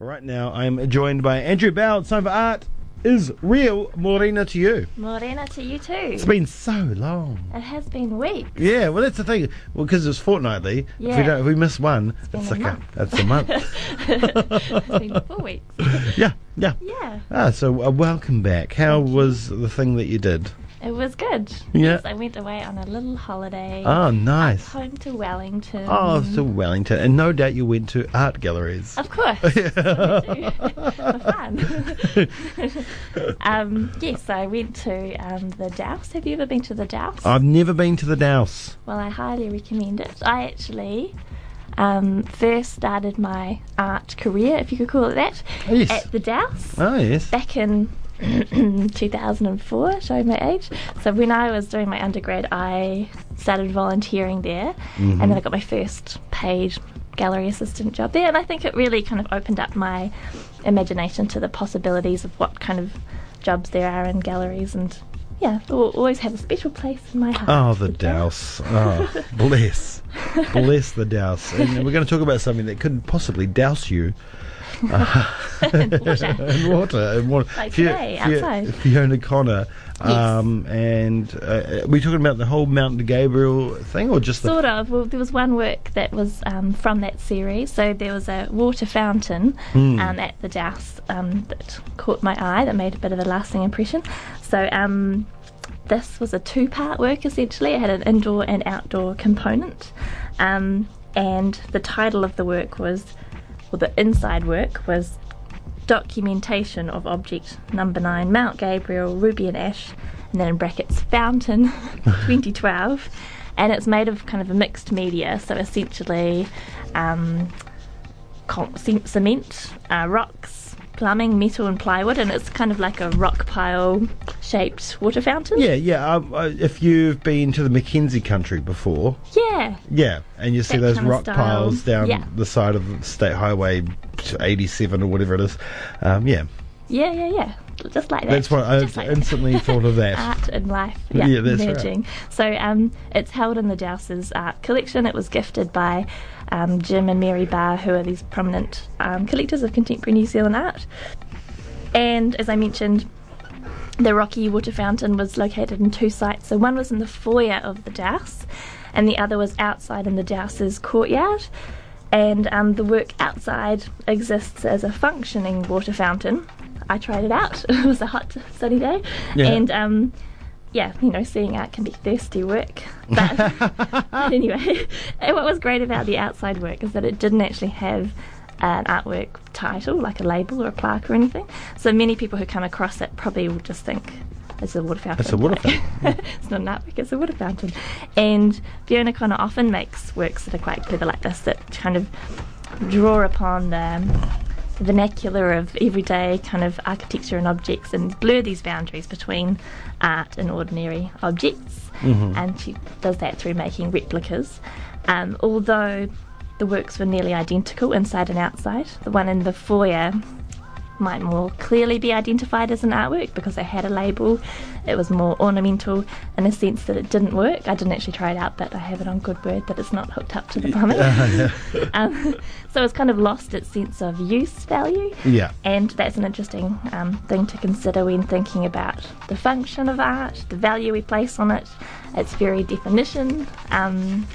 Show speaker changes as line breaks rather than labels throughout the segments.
Right now, I'm joined by Andrew Bell. It's time for Art is Real. Morena to you.
Morena to you too.
It's been so long.
It has been weeks.
Yeah, well, that's the thing. Well, because it's fortnightly. If,
Yeah.
we don't, if we miss one,
been
it's
a
like a,
month.
that's a month.
it's been four weeks.
yeah, yeah.
Yeah,
Ah, so uh, welcome back. How was the thing that you did?
it was good.
Yeah.
Yes, I went away on a little holiday.
Oh, nice.
Home to Wellington.
Oh, so Wellington. And no doubt you went to art galleries.
Of course. For fun. um, yes, I went to um, the Douse. Have you ever been to the Douse?
I've never been to the Douse.
Well, I highly recommend it. I actually um, first started my art career, if you could call it that,
Yes.
at the Douse.
Oh, yes.
back in 2004, showing my age. So when I was doing my undergrad, I started volunteering there, and then I got my first paid gallery assistant job there. And I think it really kind of opened up my imagination to the possibilities of what kind of jobs there are in galleries and. Yeah, it will always have a special place in my heart.
Oh, the Douse. Oh, bless. Bless the Douse. And we're going to talk about something that could possibly douse you
And water.
in water. And water.
Like
Fio-
today,
Fio-
outside.
Fiona Connor. Um, And uh, are we talking about the whole Mount Gabriel thing or just the.
Sort of. Well, there was one work that was um, from that series. So there was a water fountain um, at the Douse um, that caught my eye, that made a bit of a lasting impression. So um, this was a two part work essentially. It had an indoor and outdoor component. Um, and the title of the work was, well, the inside work was documentation of object number nine, Mount Gabriel, Ruby and Ash, and then in brackets, Fountain 2012. And it's made of kind of a mixed media, so essentially um, con- cem- cement, uh, rocks, plumbing, metal, and plywood, and it's kind of like a rock pile shaped water fountain.
Yeah, yeah. Um, uh, if you've been to the Mackenzie country before,
Yeah.
yeah, and you see
That
those
kind of
rock
style.
piles down
Yeah.
the side of State Highway 87 or whatever it is, um, yeah,
Yeah, yeah, yeah. Just like that.
that's what I
Just like that.
instantly thought of that.
art and life yeah,
Yeah, that's right.
merging. So um, it's held in the Douse's art collection. It was gifted by um, Jim and Mary Barr, who are these prominent um, collectors of contemporary New Zealand art. And as I mentioned, the Rocky Water Fountain was located in two sites. So one was in the foyer of the Douse, and the other was outside in the Douse's courtyard. And um, the work outside exists as a functioning water fountain. I tried it out. it was a hot, sunny day,
Yeah.
and um, yeah, you know, seeing art can be thirsty work. But, but anyway, and what was great about the outside work is that it didn't actually have an artwork title, like a label or a plaque or anything. So many people who come across it probably will just think it's a water fountain.
It's a water
Like, it's not an artwork, it's a water fountain. And Fiona Connor often makes works that are quite clever like this that kind of draw upon the vernacular of everyday kind of architecture and objects and blur these boundaries between art and ordinary objects.
Mm-hmm.
And she does that through making replicas. Um, although the works were nearly identical inside and outside, the one in the foyer might more clearly be identified as an artwork because it had a label. It was more ornamental in a sense that it didn't work. I didn't actually try it out, but I have it on good word that it's not hooked up to the plumbing. um, so it's kind of lost its sense of use value.
Yeah.
And that's an interesting um, thing to consider when thinking about the function of art, the value we place on it, its very definition. Um,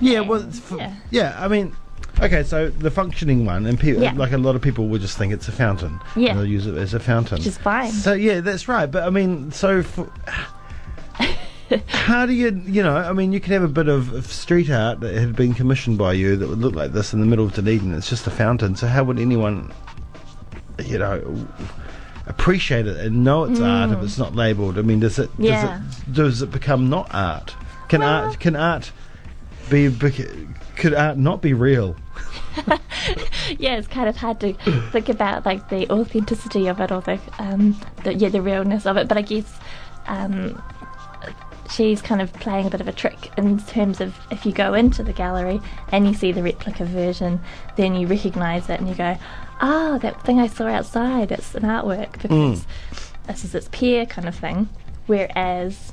Yeah, well, it's f- yeah.
Yeah.
I mean, okay, so the functioning one, and people
Yeah.
like a lot of people will just think it's a fountain.
Yeah.
and they'll use it as a fountain,
Which is fine.
So yeah, that's right. But I mean, so for, how do you, you know, I mean, you could have a bit of of street art that had been commissioned by you that would look like this in the middle of Dunedin. It's just a fountain. So how would anyone, you know? Appreciate it and know it's art if it's not labelled. I mean, does it,
Mm.
does
Yeah.
it does it become not art? Can
Well-
art can art be, bec could art not be real?
yeah, it's kind of hard to think about like the authenticity of it or the, um, the yeah the realness of it. But I guess um, she's kind of playing a bit of a trick in terms of if you go into the gallery and you see the replica version, then you recognise it and you go, ah, that thing I saw outside, it's an artwork because this is its peer kind of thing. Whereas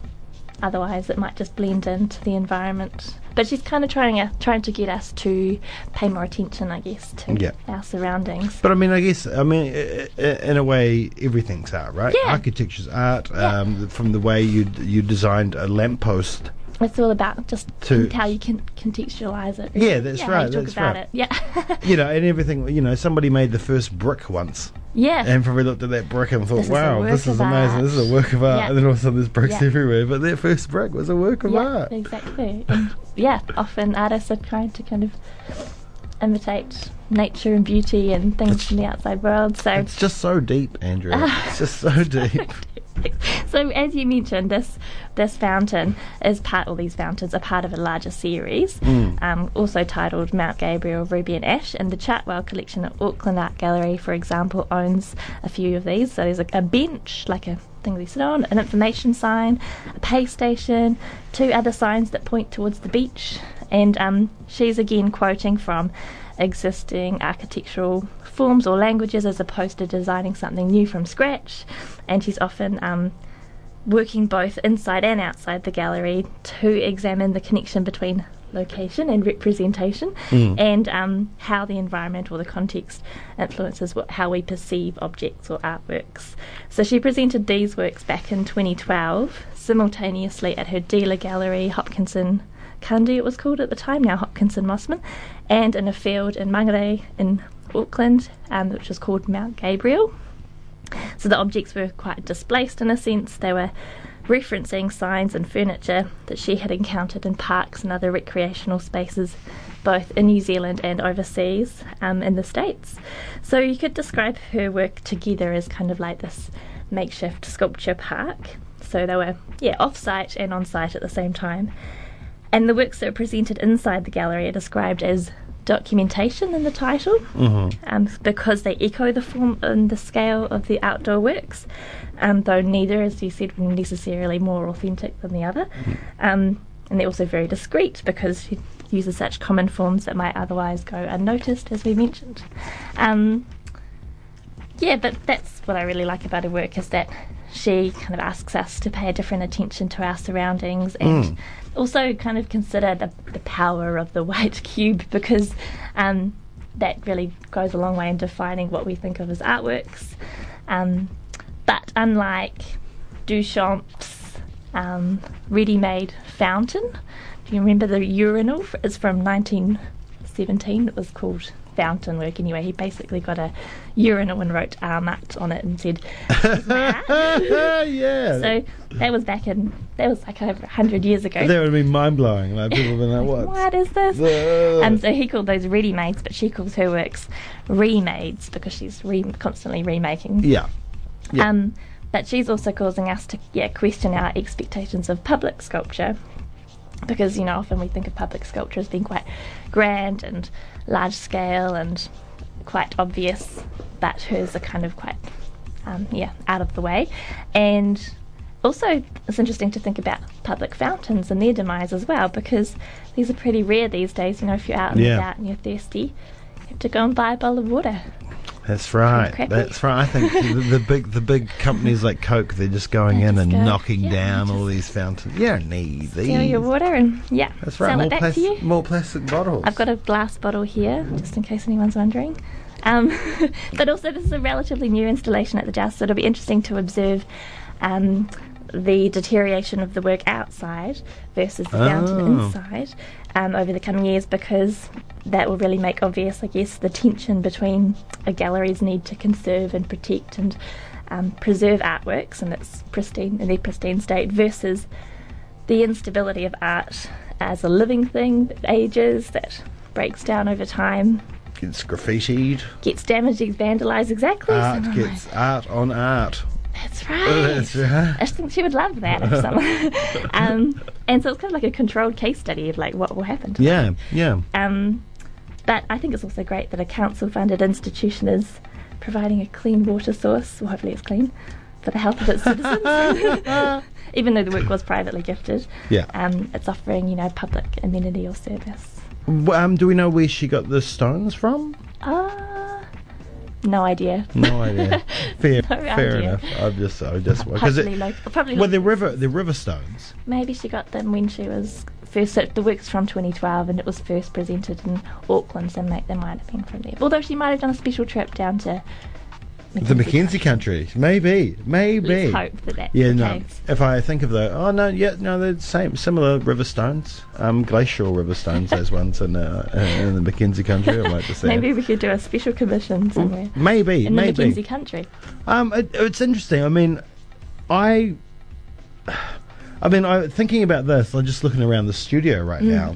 Otherwise, it might just blend into the environment. But she's kind of trying uh, trying to get us to pay more attention, I guess, to
Yeah.
our surroundings.
But I mean, I guess I mean, i- i- in a way, everything's art, right?
Yeah.
Architecture's art. Um, from the way you you designed a lamppost.
It's all about just
To-
how you can contextualize it.
Yeah, that's
How
right,
you talk
that's
about
right.
it. Yeah.
You know, and everything. You know, somebody made the first brick once,
yeah.
and probably looked at that brick and thought,
This is a
"Wow,
work
this is
of
amazing. This is a work of art."
Yeah.
And then all of a sudden, there's bricks
Yeah.
everywhere. But that first brick was a work of
yeah,
art.
exactly. And, yeah, often artists are trying to kind of imitate nature and beauty and things from the outside world. So,
It's just so deep, Andrew. it's just so deep.
Ah. so as you mentioned, this this fountain is part. All these fountains are part of a larger series,
Mm.
um, also titled Mount Gabriel, Ruby and Ash. And the Chartwell collection at Auckland Art Gallery, for example, owns a few of these. So there's a, a bench, like a thing we sit on, an information sign, a pay station, two other signs that point towards the beach, and um, she's again quoting from existing architectural forms or languages as opposed to designing something new from scratch. And she's often um, working both inside and outside the gallery to examine the connection between location and representation and um, how the environment or the context influences what, how we perceive objects or artworks. So she presented these works back in 2012 simultaneously at her dealer gallery, Hopkinson Kandi it was called at the time, now Hopkinson Mossman, and in a field in Mangere in Auckland, um, which was called Mount Gabriel. So the objects were quite displaced in a sense. They were referencing signs and furniture that she had encountered in parks and other recreational spaces, both in New Zealand and overseas um, in the States. So you could describe her work together as kind of like this makeshift sculpture park. So they were, yeah, off site and on site at the same time. And the works that are presented inside the gallery are described as documentation in the title
Mm-hmm.
um, because they echo the form and the scale of the outdoor works, um, though neither, as you said, were necessarily more authentic than the other. Um, and they're also very discreet because she uses such common forms that might otherwise go unnoticed, as we mentioned. Um, yeah, but that's what I really like about her work is that she kind of asks us to pay a different attention to our surroundings and also kind of consider the, the power of the white cube because um, that really goes a long way in defining what we think of as artworks. Um, but unlike Duchamp's um, ready-made fountain, do you remember the urinal? F- It's from 1917. It was called fountain work anyway. He basically got a urinal and wrote Armat on it and said, "Here's my art."
yeah.
So that was back in, that was like over 100 years ago.
that would be mind blowing. Like people have been like, "What?"
What is this?
The-
Um, so he called those ready mades, but she calls her works remades because she's re- constantly remaking.
Yeah. Yeah.
Um, but she's also causing us to yeah, question our expectations of public sculpture because, you know, often we think of public sculpture as being quite grand and large scale and quite obvious, but hers are kind of quite, um, yeah, out of the way. And also, it's interesting to think about public fountains and their demise as well because these are pretty rare these days. You know, if you're out and
Yeah.
about and you're thirsty, you have to go and buy a bowl of water.
That's right.
crappy.
That's right. I think the, the big the big companies like Coke, they're just going
They're
in
just
and
going,
knocking
yeah,
down all these fountains. You don't need these.
Fill your water and, yeah,
Mm. That's right.
sell
More,
it back
plas-
to you.
more plastic bottles.
I've got a glass bottle here, just in case anyone's wondering. Um, but also, this is a relatively new installation at the Joust, so it'll be interesting to observe um, the deterioration of the work outside versus the fountain
Oh.
inside um, over the coming years because that will really make obvious, I guess, the tension between a gallery's need to conserve and protect and um, preserve artworks and its pristine in their pristine state versus the instability of art as a living thing that ages, that breaks down over time,
It's graffitied.
gets damaged, gets vandalised. Exactly. So
Art
I'm
gets art on art.
like, that's right.
That's right.
I think she would love that. If someone, um, and so it's kind of like a controlled case study of like what will happen. To
Yeah. Yeah.
Um, but I think it's also great that a council-funded institution is providing a clean water source. Well, hopefully it's clean for the health of its citizens. Even though the work was privately gifted,
Yeah.
um, it's offering you know public amenity or service.
W- Um, do we know where she got the stones from?
Uh, No idea.
No idea. Fair,
No
fair
idea.
enough. I'm just, I just because
Probably
it.
local. Probably
Well, they're
local.
river, they're river stones.
Maybe she got them when she was first. so The work's from 2012 and it was first presented in Auckland, so ma- they might have been from there. Although she might have done a special trip down to
The Mackenzie country, maybe, maybe.
Let's hope that that's
Yeah,
the
no.
case.
If I think of the, oh no, yeah, no, they're same, similar river stones, um, glacial river stones, those ones in, uh, in the Mackenzie country. I'd like to see. it.
Maybe we could do a special commission somewhere
Maybe,
in the
maybe.
Mackenzie country.
Um, it, it's interesting. I mean, I, I mean, I thinking about this. I'm just looking around the studio right now,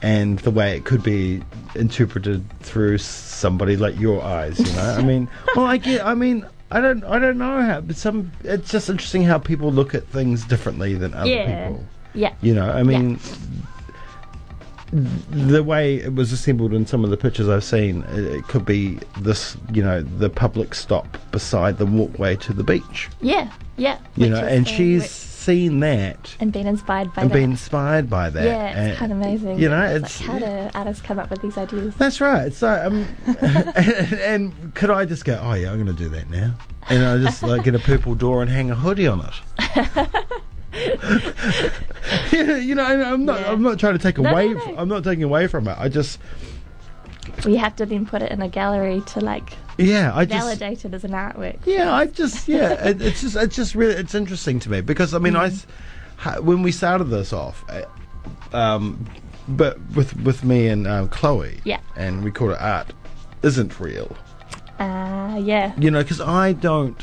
and the way it could be interpreted through somebody like your eyes. You know, I mean, well, I get. I mean, I don't. I don't know how. But some. It's just interesting how people look at things differently than other
Yeah.
people.
Yeah.
You know, I mean, the way it was assembled in some of the pictures I've seen, it, it could be this, you know, the public stop beside the walkway to the beach,
Yeah. Yeah.
you
which
know,
is
and
the-
she's
which-
seen that
and been inspired by
and
that.
been inspired by that.
yeah, it's
and-
kind of amazing.
You know,
like, how do artists come up with these ideas?
That's right. So, um, and, could I just go? Oh yeah, I'm going to do that now, and I just like get a purple door and hang a hoodie on it. Yeah, you know, and I'm not.
Yeah.
I'm not trying to take
No, no,
away.
no.
f- I'm not taking away from it. I just,
We have to then put it in a gallery to like
yeah, I just.
validate it as an artwork.
Yeah, I just yeah, it, it's just it's just really it's interesting to me because I mean
Mm-hmm.
I s ha when we started this off, uh, um, but with with me and um, Chloe,
Yeah.
and we called it art isn't real,
Ah, yeah.
you know, because I don't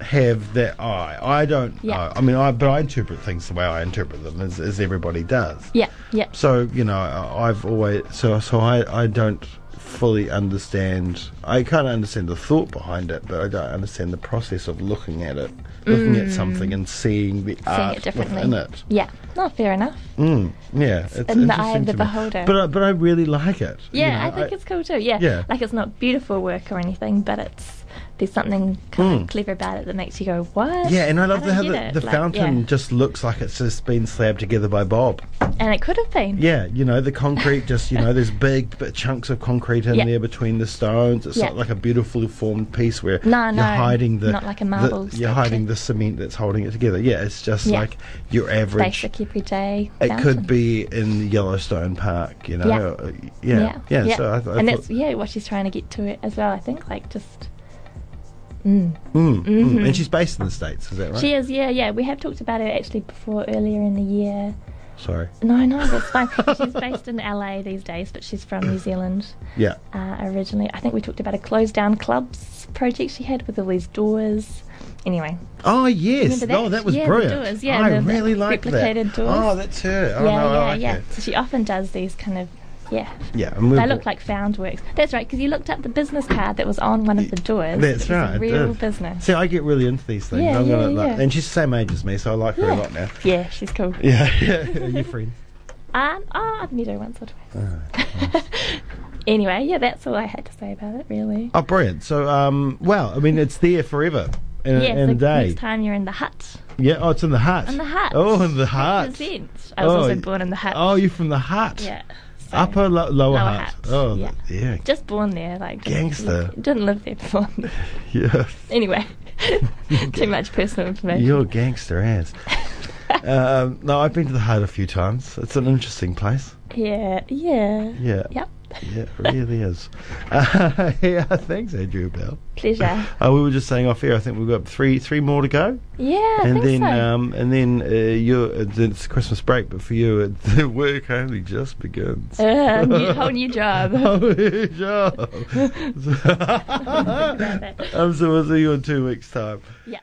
have that eye. I don't
Yeah.
know. I mean, I but I interpret things the way I interpret them, as, as everybody does.
Yeah, yeah.
So you know, I- I've always so so I I don't fully understand. I kind of understand the thought behind it, but I don't understand the process of looking at it, looking at something and seeing the
Mm. Seeing
art
it differently.
within it.
Yeah. No, fair enough.
Mm, yeah, it's
in the eye
interesting
of the
to me.
beholder.
But I, but I really like it. you
Yeah,
know,
I think it's cool too. Yeah.
Yeah.
Like it's not beautiful work or anything, but it's there's something kind of clever about it that makes you go, What?
Hmm. Yeah, and I love the,
I don't
how
get
the,
it,
the
like,
fountain
yeah.
just looks like it's just been slabbed together by Bob.
And it could have been.
Yeah, you know, the concrete just, you know, there's big b- chunks of concrete in
Yeah.
there between the stones. It's
Yeah.
not like a beautifully formed piece where
No,
you're
no,
hiding the.
not like a
the-
marble
you're
structure.
hiding the cement that's holding it together. Yeah, it's just
Yeah.
like your average.
Basic everyday.
It could
fountain.
be in Yellowstone Park, you know.
Yeah.
uh, Yeah. Yeah. So I, th- I
and
thought,
that's yeah what she's trying to get to it as well. I think like just. Mm.
Mm, mm. And she's based in the States, is that right?
She is, yeah, yeah. We have talked about her actually before earlier in the year.
Sorry.
No, no, that's fine. she's based in LA these days, but she's from New Zealand
Yeah.
uh, originally. I think we talked about a closed down clubs project she had with all these doors. Anyway,
Oh yes.
Remember that?
Oh, that was
Yeah, the
brilliant.
doors, yeah,
I
the- the
really like that.
replicated doors.
Oh, that's her. Oh,
yeah,
no, I
yeah,
like
yeah.
that.
So she often does these kind of, yeah.
Yeah, and we
They look like found works. That's right, because you looked up the business card that was on one of the doors.
That's
It's a
right. I
real
did.
business.
See, I get really into these things.
Yeah,
I'm gonna
yeah,
like-
yeah.
And she's the same age as me, so I like her a
Yeah.
lot now.
Yeah, she's cool.
Yeah, yeah. you friends?
And oh, I've met her once or
Oh,
twice. anyway, yeah, that's all I had to say about it, really.
Oh, brilliant. So, um, well, I mean, it's there forever in,
yeah,
in
so
a day.
next time you're in the hut.
Yeah, oh, it's in the heart.
In the hut.
Oh, in the heart.
Represent. I was
Oh,
also
y-
born in the hut.
Oh, you're from the heart.
yeah. so-
Upper, lo- lower,
Lower
heart.
Hutt,
Oh,
yeah.
th- yeah.
Just born there, like didn't
Gangster.
live- Didn't live there before.
yeah.
anyway, too much personal information.
You're a gangster ass. um, no, I've been to the heart a few times. It's an interesting place.
Yeah, yeah,
Yeah.
Yep.
Yeah, it really is. Uh, yeah, thanks, Andrew Bell.
Pleasure.
Uh, we were just saying off air. I think we've got three three more to go,
Yeah, I
and then
think so.
um, and then uh, you it's Christmas break, but for you it, the work only just begins.
Uh, new, whole new job.
Holy job!
about that.
um, so we'll see you in two weeks' time.
yeah.